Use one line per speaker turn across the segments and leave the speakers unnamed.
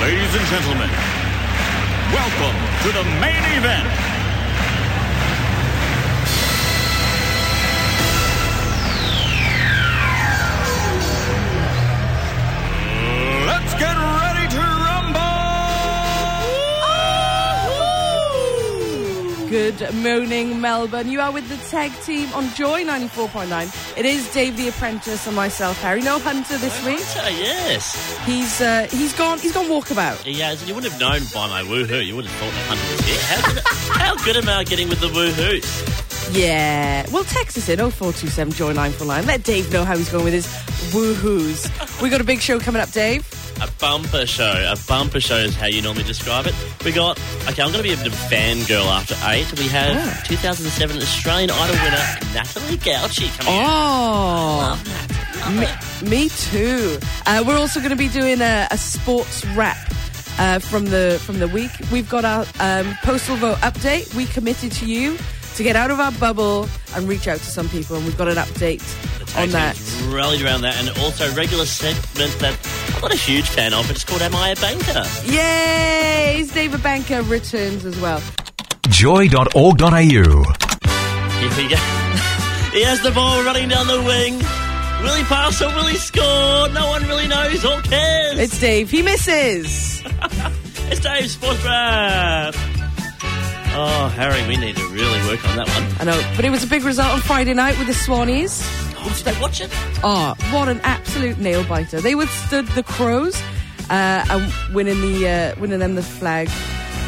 Ladies and gentlemen, welcome to the main event. Let's get ready to rumble!
Good morning, Melbourne. You are with the tag team on Joy 94.9. It is Dave the Apprentice and myself, Harry. No Hunter this week.
Oh, yes.
He's uh, he's gone he's gone walkabout.
He has. You would have known by my woohoo. You would have thought that Hunter was here. How good, how good am I getting with the woohoos?
Yeah. Well, text us in 0427 Joy 949. Let Dave know how he's going with his woohoos. we got a big show coming up, Dave.
A bumper show. A bumper show is how you normally describe it. We got, okay, I'm going to be a bit of a fangirl after eight. We have
Oh.
2007 Australian Idol winner Natalie Gauchi coming in.
Oh. Me, me too. Uh, we're also going to be doing a, a sports wrap. Uh, from the from the week, we've got our um, postal vote update. We committed to you to get out of our bubble and reach out to some people, and we've got an update on that.
Rallied around that and also a regular segment that I'm not a huge fan of, but it's called Am I a Banker?
Yay! It's David Banker returns as well.
Joy.org.au.
Here we go. he has the ball running down the wing. Will he pass or will he score? No one really knows or cares.
It's Dave. He misses.
It's Dave Sports Wrap. Oh, Harry, we need to really work on that one.
I know, but it was a big result on Friday night with the Swannies.
Oh, did I watch it?
Oh, what an absolute nail biter! They withstood the Crows uh, and winning the uh, winning them the flag.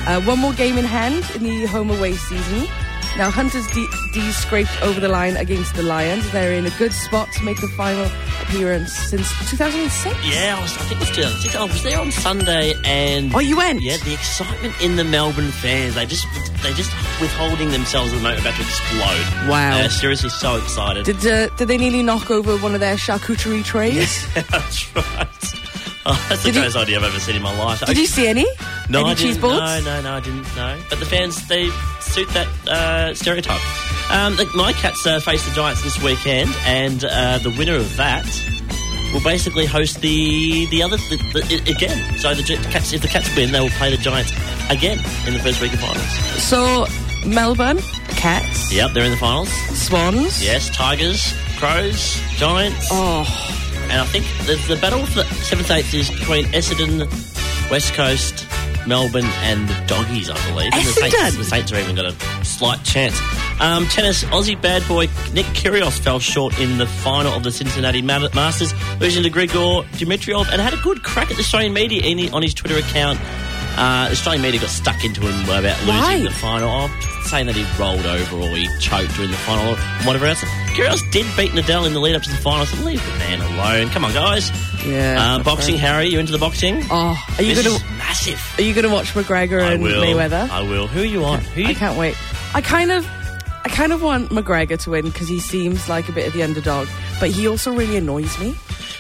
Uh, one more game in hand in the home away season. Now Hunters D, D scraped over the line against the Lions. They're in a good spot to make the final appearance since 2006.
Yeah, I, was, I think Oh, it was 2006. I was there on Sunday and...
Oh, you went?
Yeah, the excitement in the Melbourne fans. They just, they just withholding themselves at the moment, about to explode.
Wow.
They're seriously so excited.
Did uh, did they nearly knock over one of their charcuterie trays?
that's right. Oh, that's
Did
the
you-
greatest idea I've ever seen in my life.
Did you see any?
No,
any
I
cheese
didn't.
boards?
No, no, no, I didn't. No, but the fans they suit that uh, stereotype. Um, look, my cats uh, face the Giants this weekend, and uh, the winner of that will basically host the the other the, the, i- again. So the, Gi- the cats, if the cats win, they will play the Giants again in the first week of finals.
So Melbourne Cats,
Yep, they're in the finals.
Swans.
Yes, Tigers, Crows, Giants,
Oh,
and I think the, the battle for the seventh eighth is between Essendon, West Coast, Melbourne, and the Doggies, I believe. And the Saints,
Essendon?
the Saints have even got a slight chance. Um, tennis Aussie bad boy Nick Kyrgios fell short in the final of the Cincinnati Ma- Masters, losing to Grigor Dimitrov, and had a good crack at the Australian media in on his Twitter account. Uh, Australian media got stuck into him about losing
Why?
the final. Oh, saying that he rolled over or he choked during the final or whatever else. Kyrgios did beat Nadal in the lead up to the final, so leave the man alone. Come on, guys.
Yeah,
Uh,
that's
boxing, Harry, you into the boxing?
oh, are you
this
gonna
is massive.
are you gonna watch McGregor
I
and
will.
Mayweather?
I will. Who are you on? Who you,
I can't wait. I kind of, I kind of want McGregor to win because he seems like a bit of the underdog, but he also really annoys me.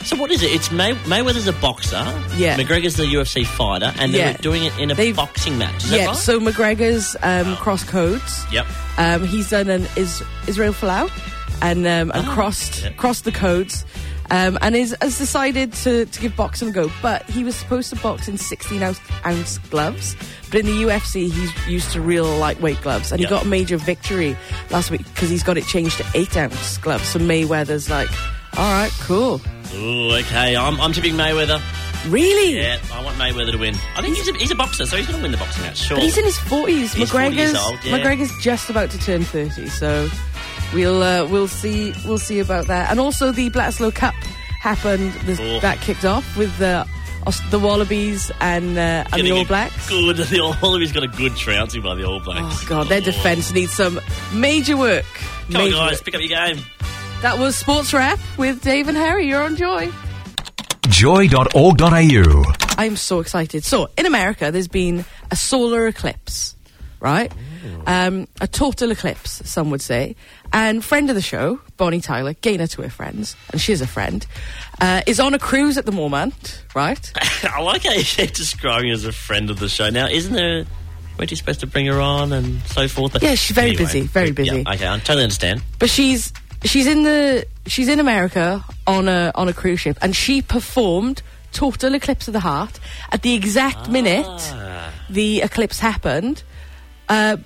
So what is it? It's May- Mayweather's a boxer.
Yeah.
McGregor's the UFC fighter, and they're
Yeah.
doing it in a
They've-
boxing match. Is
yeah.
that right?
So McGregor's um, cross codes.
Oh. Yep.
Um, he's done an is- Israel Folau and um, and crossed
Oh. yeah.
crossed the codes. Um, and is, has decided to, to give boxing a go, but he was supposed to box in 16 ounce, ounce gloves. But in the UFC, he's used to real lightweight gloves, and
Yeah.
he got a major victory last week because he's got it changed to 8 ounce gloves. So Mayweather's like, all right, cool.
Ooh, okay. I'm, I'm tipping Mayweather.
Really?
Yeah, I want Mayweather to win. I think he's a, he's a boxer, so he's going to win the boxing match. Sure.
But he's in his 40s.
He's 40 years
McGregor's
old, yeah.
McGregor's just about to turn 30, so we'll uh, we'll see we'll see about that. And also the Bledisloe Cup happened this,
Oh.
that kicked off with the Aus- the Wallabies and uh, and the
Getting
All
a
Blacks.
Good. The All Wallabies got a good trouncing by the All Blacks.
Oh god, their
Oh.
defence needs some major work.
Come on,
Major
guys,
work.
pick up your game.
That was Sports Wrap with Dave and Harry. You're on Joy.
Joy.org.au.
I'm so excited. So, in America, there's been a solar eclipse, right? Um, a total eclipse, some would say. And friend of the show, Bonnie Tyler, gainer to her friends, and she's a friend, uh, is on a cruise at the moment, right?
I like how you're describing her as a friend of the show. Now, isn't there? Weren't you supposed to bring her on and so forth? But-
Yeah, she's very busy, very
yeah,
busy.
okay, I totally understand.
But she's she's in the she's in America on a on a cruise ship, and she performed "Total Eclipse of the Heart" at the exact
Ah.
minute the eclipse happened. Uh,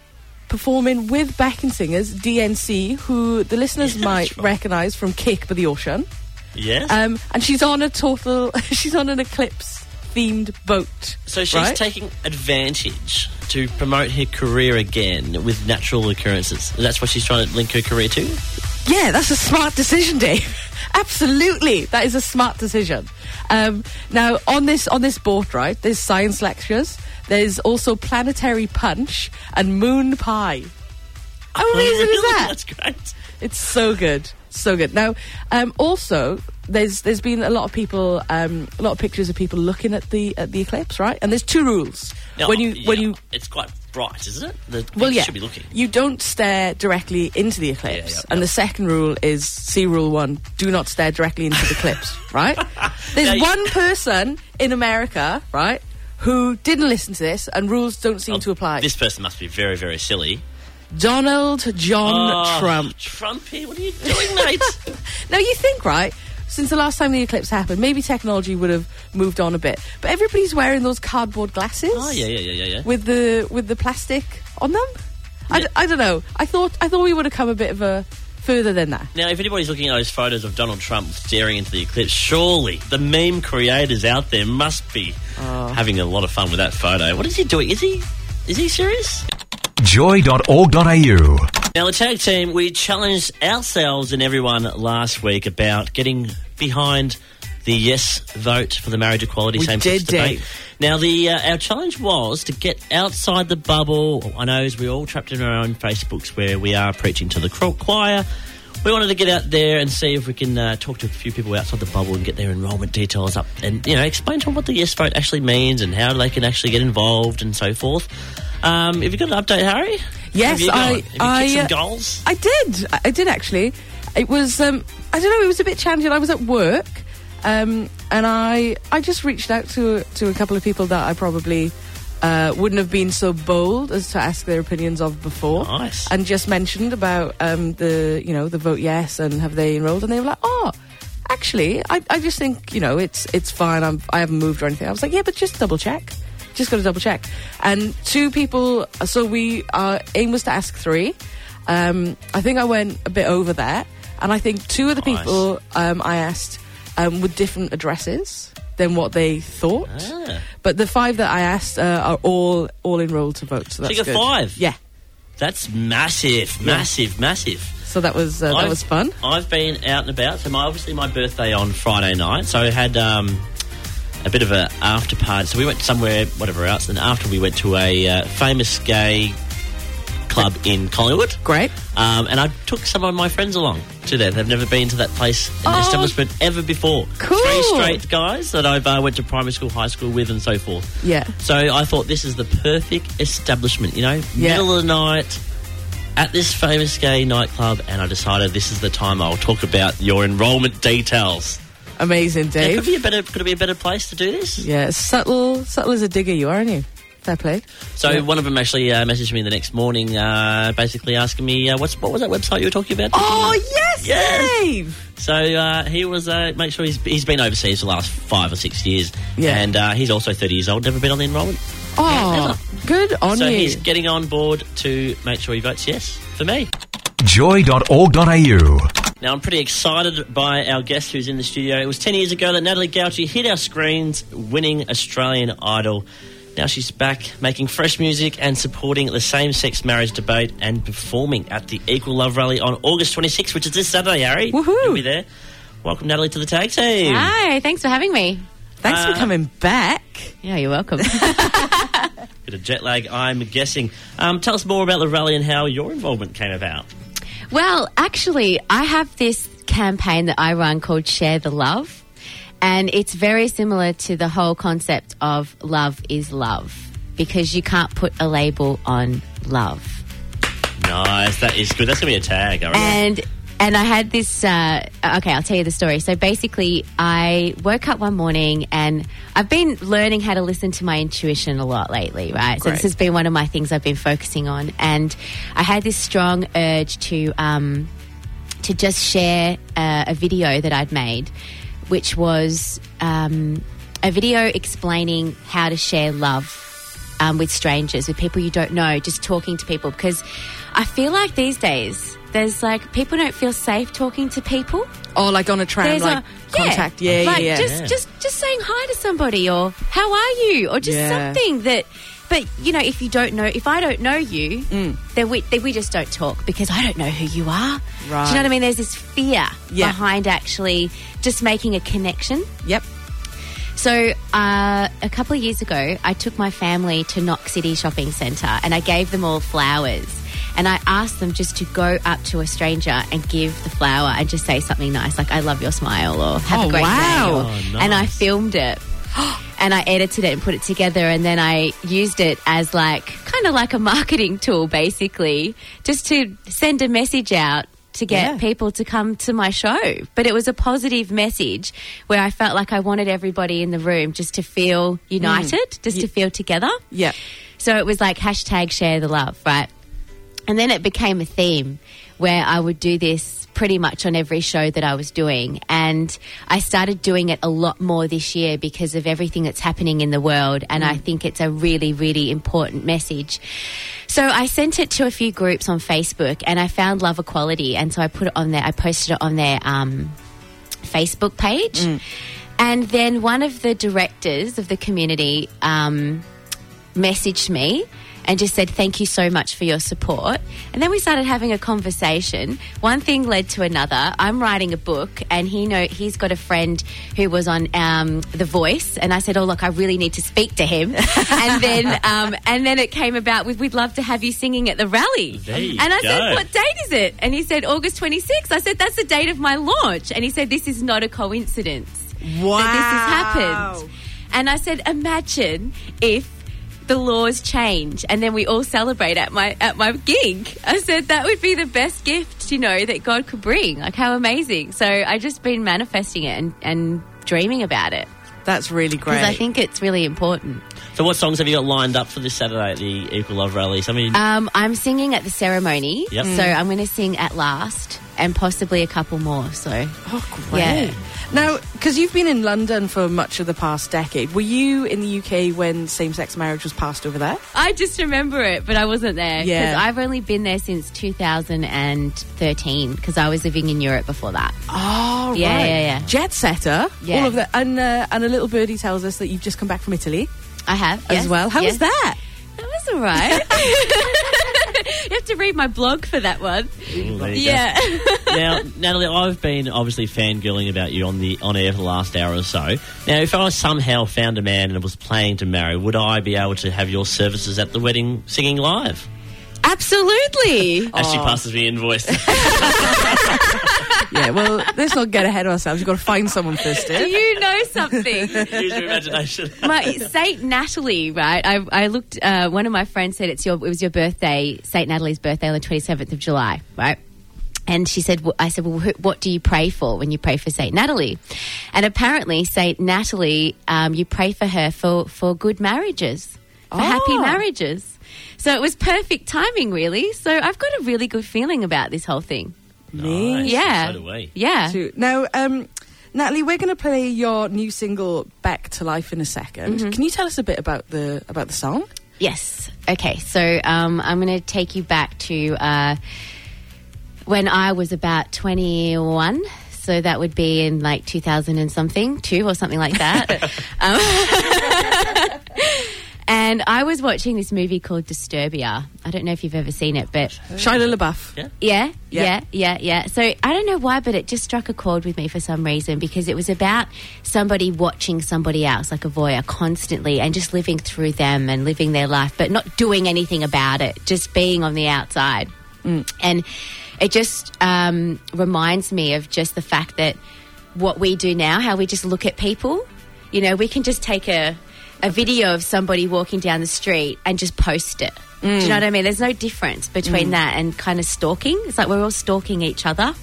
performing with backing singers DNC, who the listeners
Yeah,
might
that's right.
recognise from Kick by the Ocean,
Yes.
um, and she's on a total she's on an eclipse themed boat.
so she's
right?
taking advantage to promote her career again with natural occurrences. That's what she's trying to link her career to.
Yeah, that's a smart decision, Dave. Absolutely, that is a smart decision. Um, now, on this on this board, right? There's science lectures. There's also planetary punch and moon pie. How amazing is
Oh, Really?
that?
That's great.
It's so good, so good. Now, um, also, there's there's been a lot of people, um, a lot of pictures of people looking at the at the eclipse, right? And there's two rules
Now,
when you when
Oh, yeah,
you
it's quite bright, isn't it? The
well,
you
yeah,
should be looking.
you don't stare directly into the eclipse.
yeah,
and
yeah.
the second rule is see rule one: do not stare directly into the eclipse. Right? There's
Now you-
one person in America, right, who didn't listen to this, and rules don't seem to apply.
Oh, This person must be very, very silly.
Donald John
Oh,
Trump.
Trumpy, what are you doing, mate?
Now you think, right? Since the last time the eclipse happened, maybe technology would have moved on a bit. But everybody's wearing those cardboard glasses.
oh, yeah, yeah, yeah, yeah, yeah.
with the with the plastic on them. I, d- I don't know. I thought I thought we would have come a bit of a further than that.
Now, if anybody's looking at those photos of Donald Trump staring into the eclipse, surely the meme creators out there must be
Oh.
having a lot of fun with that photo. What is he doing? Is he is he serious?
Joy.org.au.
Now, the tag team, we challenged ourselves and everyone last week about getting behind the yes vote for the marriage equality
We
same-sex
did,
debate.
Dave.
Now, the uh, our challenge was to get outside the bubble. I know as we're all trapped in our own Facebooks where we are preaching to the cro- choir. We wanted to get out there and see if we can uh, talk to a few people outside the bubble and get their enrolment details up and, you know, explain to them what the yes vote actually means and how they can actually get involved and so forth. Um, have you got an update, Harry?
Yes,
Have you
I-
gone? Have you kicked
I,
some
uh,
goals?
I did. I, I did actually. It was um, I don't know. It was a bit challenging. I was at work, um, and I I just reached out to to a couple of people that I probably. Uh, wouldn't have been so bold as to ask their opinions of before,
Nice.
and just mentioned about um, the you know the vote yes and have they enrolled, and they were like, oh, actually, I, I just think you know it's it's fine. I'm I haven't moved or anything. I was like, yeah, but just double check, just got to double check. And two people, so we our aim was to ask three, um, I think I went a bit over that, and I think two of the
Nice.
people um, I asked um, with different addresses than what they thought.
Ah.
But the five that I asked uh, are all all enrolled to vote. So that's
you got
good.
five?
Yeah.
That's massive, massive, massive.
So that was uh, that was fun.
I've been out and about. So my obviously my birthday on Friday night. So I had um, a bit of a after party. So we went somewhere, whatever else, and after we went to a uh, famous gay club in Collingwood.
Great.
Um, and I took some of my friends along to there. They've never been to that place, an
Oh.
establishment ever before.
Cool.
Three straight guys that I've uh, went to primary school, high school with, and so forth.
Yeah.
So I thought this is the perfect establishment, you know,
Yeah.
middle of the night at this famous gay nightclub, and I decided this is the time I'll talk about your enrolment details.
Amazing,
Now, could
Dave.
be a better, could it be a better place to do this?
Yeah, subtle subtle as a digger you are, aren't you? Fair play.
So one of them actually uh, messaged me the next morning, uh, basically asking me uh, what's what was that website you were talking about?
Oh yes,
Yes.
Dave.
So uh, he was. Uh, make sure he's he's been overseas for the last five or six years.
Yeah.
and uh, he's also thirty years old. Never been on the enrolment,
Oh, good on
so
you.
he's getting on board to make sure he votes yes for me.
Joy.org.au.
Now, I'm pretty excited by our guest who's in the studio. It was 10 years ago that Natalie Gauchi hit our screens winning Australian Idol. Now she's back making fresh music and supporting the same sex marriage debate and performing at the Equal Love Rally on August 26th, which is this Saturday, Harry.
Woohoo.
You'll be there. Welcome, Natalie, to the tag team.
Hi, thanks for having me.
Thanks for coming back.
Yeah, you're welcome.
Bit of jet lag, I'm guessing. Um, tell us more about the rally and how your involvement came about.
well, actually, I have this campaign that I run called Share the Love. And it's very similar to the whole concept of love is love because you can't put a label on love.
Nice. That is good. That's going to be a tag, I reckon.
And and I had this. Uh, okay, I'll tell you the story. So basically, I woke up one morning and I've been learning how to listen to my intuition a lot lately, right? So this has been one of my things I've been focusing on, and I had this strong urge to. Um, to just share uh, a video that I'd made, which was um, a video explaining how to share love um, with strangers, with people you don't know, just talking to people. Because I feel like these days, there's like people don't feel safe talking to people.
Or like on a tram,
There's
like
a,
contact. Yeah, yeah,
like
yeah.
Just, just, just saying hi to somebody, or how are you, or just
Yeah.
something that. But you know, if you don't know, if I don't know you,
Mm.
then we then we just don't talk because I don't know who you are. Do you know what I mean? There's this fear
Yeah.
behind actually just making a connection.
yep.
So, uh, a couple of years ago, I took my family to Knox City Shopping Centre and I gave them all flowers. And I asked them just to go up to a stranger and give the flower and just say something nice, like, I love your smile or have
Oh,
a great
wow.
day. Or,
Oh,
And I
nice.
filmed it and I edited it and put it together. And then I used it as, like, kind of like a marketing tool, basically, just to send a message out. To get
Yeah.
people to come to my show. But it was a positive message where I felt like I wanted everybody in the room just to feel united, just to feel together.
Yep.
So it was like hashtag share the love, right? And then it became a theme where I would do this pretty much on every show that I was doing. And I started doing it a lot more this year because of everything that's happening in the world. And I think it's a really, really important message. So I sent it to a few groups on Facebook and I found Love Equality. And so I put it on there, I posted it on their um, Facebook page. And then one of the directors of the community, um, messaged me and just said thank you so much for your support and then we started having a conversation one thing led to another i'm writing a book and he know he's got a friend who was on um, the voice and i said oh look i really need to speak to him and then um, and then it came about with we'd love to have you singing at the rally
There you
and i
go.
said what date is it and he said august 26th i said that's the date of my launch and he said this is not a coincidence that this has happened. And I said, imagine if the laws change and then we all celebrate at my at my gig. I said that would be the best gift, you know, that God could bring. Like how amazing. So I just been manifesting it and, and dreaming about it.
That's really great.
Because I think it's really important.
So, what songs have you got lined up for this Saturday at the Equal Love Rally? So, I mean,
Um, I'm singing at the ceremony.
Yep.
So I'm gonna sing at last and possibly a couple more. So
Oh, great.
Yeah.
Now, because you've been in London for much of the past decade, were you in the UK when same sex marriage was passed over there?
I just remember it, but I wasn't there.
Yeah.
Because I've only been there since 2013 because I was living in Europe before that.
Oh,
Yeah,
right.
yeah, yeah.
Jet setter.
Yeah.
All of that. And, uh, and a little birdie tells us that you've just come back from Italy
I have.
as
yes,
well. How
yes.
was that?
That was all right. you have to read my blog for that one.
ooh, there you go.
Yeah.
now, Natalie, I've been obviously fangirling about you on the on air for the last hour or so. Now, if I somehow found a man and was planning to marry, would I be able to have your services at the wedding singing live?
Absolutely.
As she passes me invoice.
yeah, well, let's not get ahead of ourselves. You've got to find someone first, eh?
Do
Steve.
you know something?
Use your imagination.
my Saint Natalie, right? I, I looked. Uh, one of my friends said it's your. It was your birthday, Saint Natalie's birthday on the twenty seventh of July, right? And she said, wh- I said, well, wh- what do you pray for when you pray for Saint Natalie? And apparently, Saint Natalie, um, you pray for her for for good marriages, for happy
Oh.
marriages. So it was perfect timing, really. So I've got a really good feeling about this whole thing.
Nice. So
Yeah,
do we.
yeah.
Shoot. Now, um, Natalie, we're going to play your new single "Back to Life" in a 2nd
Mm-hmm.
Can you tell us a bit about the about the song?
Yes. Okay. So um, I'm going to take you back to uh, when I was about 21. So that would be in like 2000 and something, two or something like that. um, and I was watching this movie called Disturbia. I don't know if you've ever seen it, but
Shia LaBeouf.
Yeah.
yeah,
Yeah.
yeah, yeah, yeah. So I don't know why, but it just struck a chord with me for some reason because it was about somebody watching somebody else, like a voyeur, constantly and just living through them and living their life, but not doing anything about it, just being on the outside. And it just um, reminds me of just the fact that what we do now, how we just look at people. You know, we can just take a, a video of somebody walking down the street and just post it. Do you know what I mean? There's no difference between that and kind of stalking. It's like we're all stalking each other.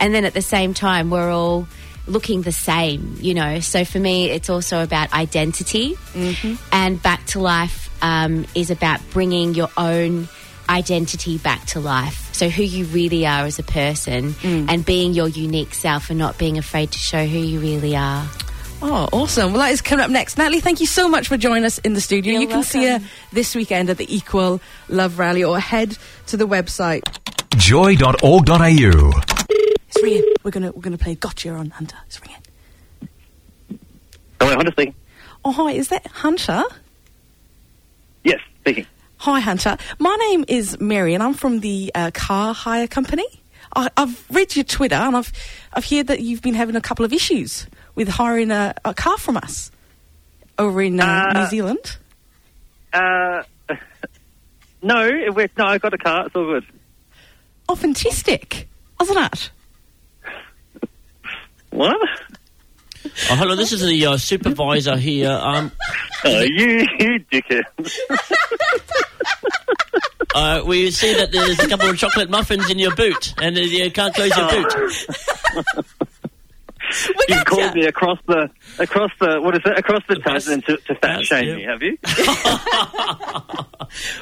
And then at the same time, we're all looking the same, you know. So for me, it's also about identity. And Back to Life um, is about bringing your own identity back to life. So who you really are as a person and being your unique self and not being afraid to show who you really are.
Oh, awesome. Well, that is coming up next. Natalie, thank you so much for joining us in the studio.
You're
you can see her
welcome.
this weekend at the Equal Love Rally or head to the website.
Joy.org.au.
It's ringing. We're going to we're gonna play Gotcha on Hunter. It's ringing.
Hello, Hunter speaking.
Oh, hi. Is that Hunter?
Yes, speaking.
Hi, Hunter. My name is Mary, and I'm from the uh, car hire company. I, I've read your Twitter, and I've I've heard that you've been having a couple of issues with hiring a, a car from us over in uh, New Zealand.
Uh, no, it worked. No, I got a car. It's all good.
Oh, fantastic, wasn't it?
What?
Oh, hello, this is the uh, supervisor here. Um,
Oh, you, you dickhead.
uh, we see that there's a couple of chocolate muffins in your boot, and uh, you can't close your
Oh,
boot.
You called me across the across the what is it? Across the
Across-
Tasman to, to fat
Yes,
shame
yeah.
me, have you?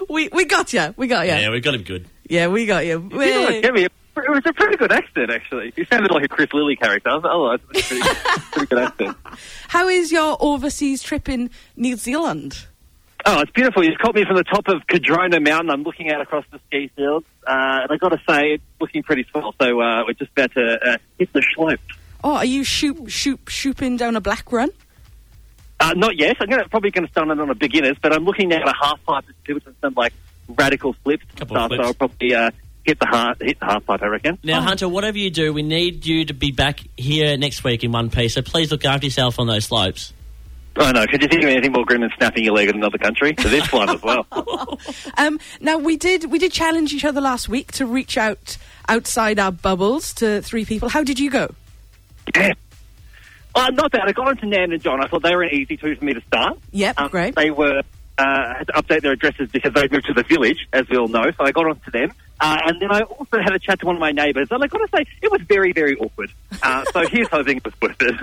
We we got you. We got you.
Yeah,
Yeah,
we got him good.
we got you.
You know,
Yay.
it gave Oh, me a- it was a pretty good accent, actually. You sounded like a Chris Lilly character. I was like, oh, that's a pretty, pretty good accent.
How is your overseas trip in New Zealand?
Oh, it's beautiful. You've caught me from the top of Cadrona Mountain. I'm looking out across the ski fields. Uh, and i got to say, it's looking pretty swell. So uh, we're just about to uh, hit the slope.
Oh, are you shoop shoop shooping down a black run?
Uh, not yet. I'm gonna, probably going to start it on a beginner's, but I'm looking at a half pipe that's built with some like radical flips and
Couple of
stuff.
flips.
So I'll probably uh, hit the half hit the half pipe. I reckon.
Now, Hunter, whatever you do, we need you to be back here next week in one piece. So please look after yourself on those slopes.
I know. Could you think of anything more grim than snapping your leg in another country? So this one as well.
Um, now we did we did challenge each other last week to reach out outside our bubbles to three people. How did you go?
Yeah. Uh, not bad. I got into Nan and John. I thought they were an easy two for me to start.
Yep,
Um,
great.
They were uh, had to update their addresses because they moved to the village, as we all know. So I got onto them, uh, and then I also had a chat to one of my neighbours. And I got to say, it was very, very awkward. Uh, so here's hoping it was worth it.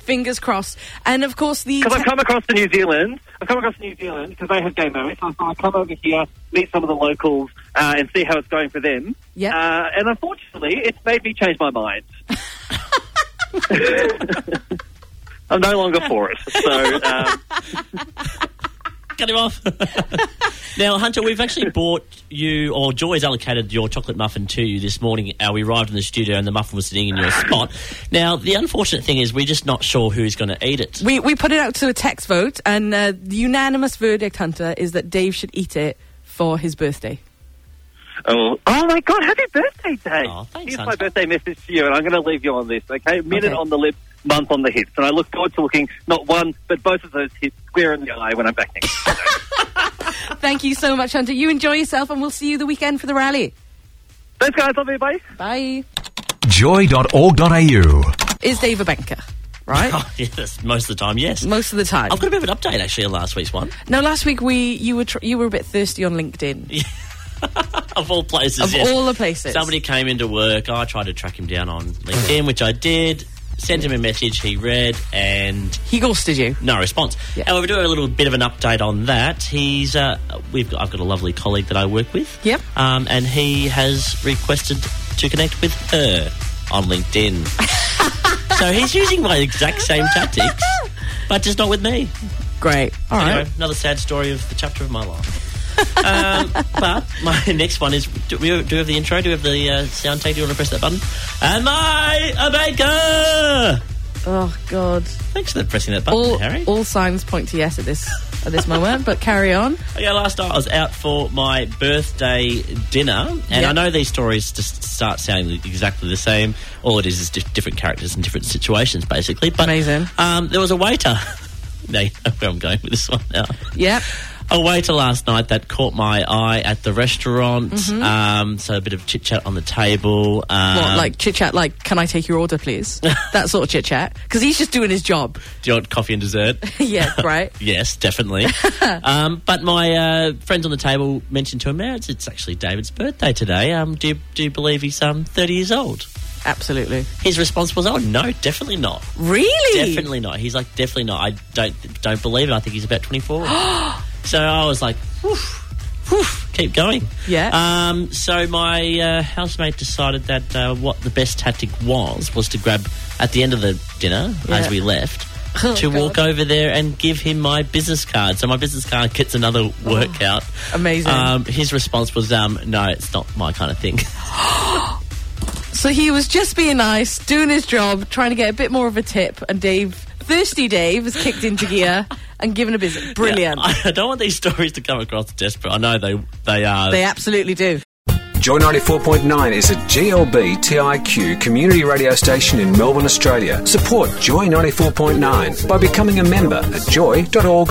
Fingers crossed. And of course the
Because I've come across to New Zealand. I've come across to New Zealand because they have gay marriage. So I thought I'd come over here, meet some of the locals, uh, and see how it's going for them.
Yep.
Uh, and unfortunately, it's made me change my mind. I'm no longer for it. So um,
Cut him off. now, Hunter, we've actually bought you, or Joy's allocated your chocolate muffin to you this morning. Uh, we arrived in the studio and the muffin was sitting in your spot. Now, the unfortunate thing is we're just not sure who's going to eat it.
we, we put it out to a text vote, and uh, the unanimous verdict, Hunter, is that Dave should eat it for his birthday.
Oh, oh my God! Happy birthday, Dave!
Oh, thanks,
Here's my
Hunter.
birthday message to you, and I'm going to leave you on this. Okay, minute
Okay.
on the lips, month on the hips, and I look forward to looking not one but both of those hips square in the eye when I'm back next.
Thank you so much, Hunter. You enjoy yourself, and we'll see you the weekend for the rally.
Thanks, guys. Love you. Bye.
Bye.
Joy.org.au.
Is Dave a banker? Right,
Oh, yes, most of the time, yes.
most of the time.
I've got a bit of an update actually on last week's one.
No, last week we you were tr- you were a bit thirsty on LinkedIn
Of all places,
of
yes.
all the places.
Somebody came into work. I tried to track him down on LinkedIn, which I did. Sent him a message. He read and
he ghosted you.
no response.
Yeah.
However, do a little bit of an update on that. He's uh, we've got, I've got a lovely colleague that I work with.
Yep.
Um, and he has requested to connect with her on LinkedIn. so he's using my exact same tactics, but just not with me.
Great. All right.
Anyway, another sad story of the chapter of my life. um, but my next one is do we do we have the intro? Do we have the uh, sound take? Do you want to press that button? Am I a baker?
Oh God.
Thanks for pressing that button,
all,
Harry.
all signs point to yes at this at this moment. But carry on.
Yeah, last night I was out for my birthday dinner, and
Yeah.
I know these stories just start sounding exactly the same. All it is is dif- different characters and different situations, basically. But
Amazing.
Um, there was a waiter. now you know where I'm going with this one now.
Yep.
a waiter last night that caught my eye at the restaurant. Um, so a bit of chit chat on the table. Um,
Mm-hmm. What, like chit chat, like, can I take your order, please? that sort of chit chat. Because he's just doing his job.
do you want coffee and dessert?
yeah, right?
yes, definitely. um, but my uh, friends on the table mentioned to him, "Yeah, it's, it's actually David's birthday today. Um, do you, do you believe he's um thirty years old?"
Absolutely.
His response was, "Oh no, definitely not.
Really?
Definitely not." He's like, "Definitely not. I don't don't believe it. I think he's about 24. so I was like, "Woof, woof, keep going."
Yeah.
Um, so my uh, housemate decided that uh, what the best tactic was was to grab at the end of the dinner as
Yeah.
we left.
Oh,
to walk
God.
over there and give him my business card. So my business card gets another workout.
Oh, Amazing.
Um, his response was, um, "No, it's not my kind of thing."
So he was just being nice, doing his job, trying to get a bit more of a tip, and Dave, thirsty Dave, was kicked into gear and given a visit. Brilliant.
I, I don't want these stories to come across desperate. I know they they are.
they absolutely do.
Joy 94.9 is a GLB TIQ community radio station in Melbourne, Australia. Support Joy 94.9 by becoming a member at joy.org.au.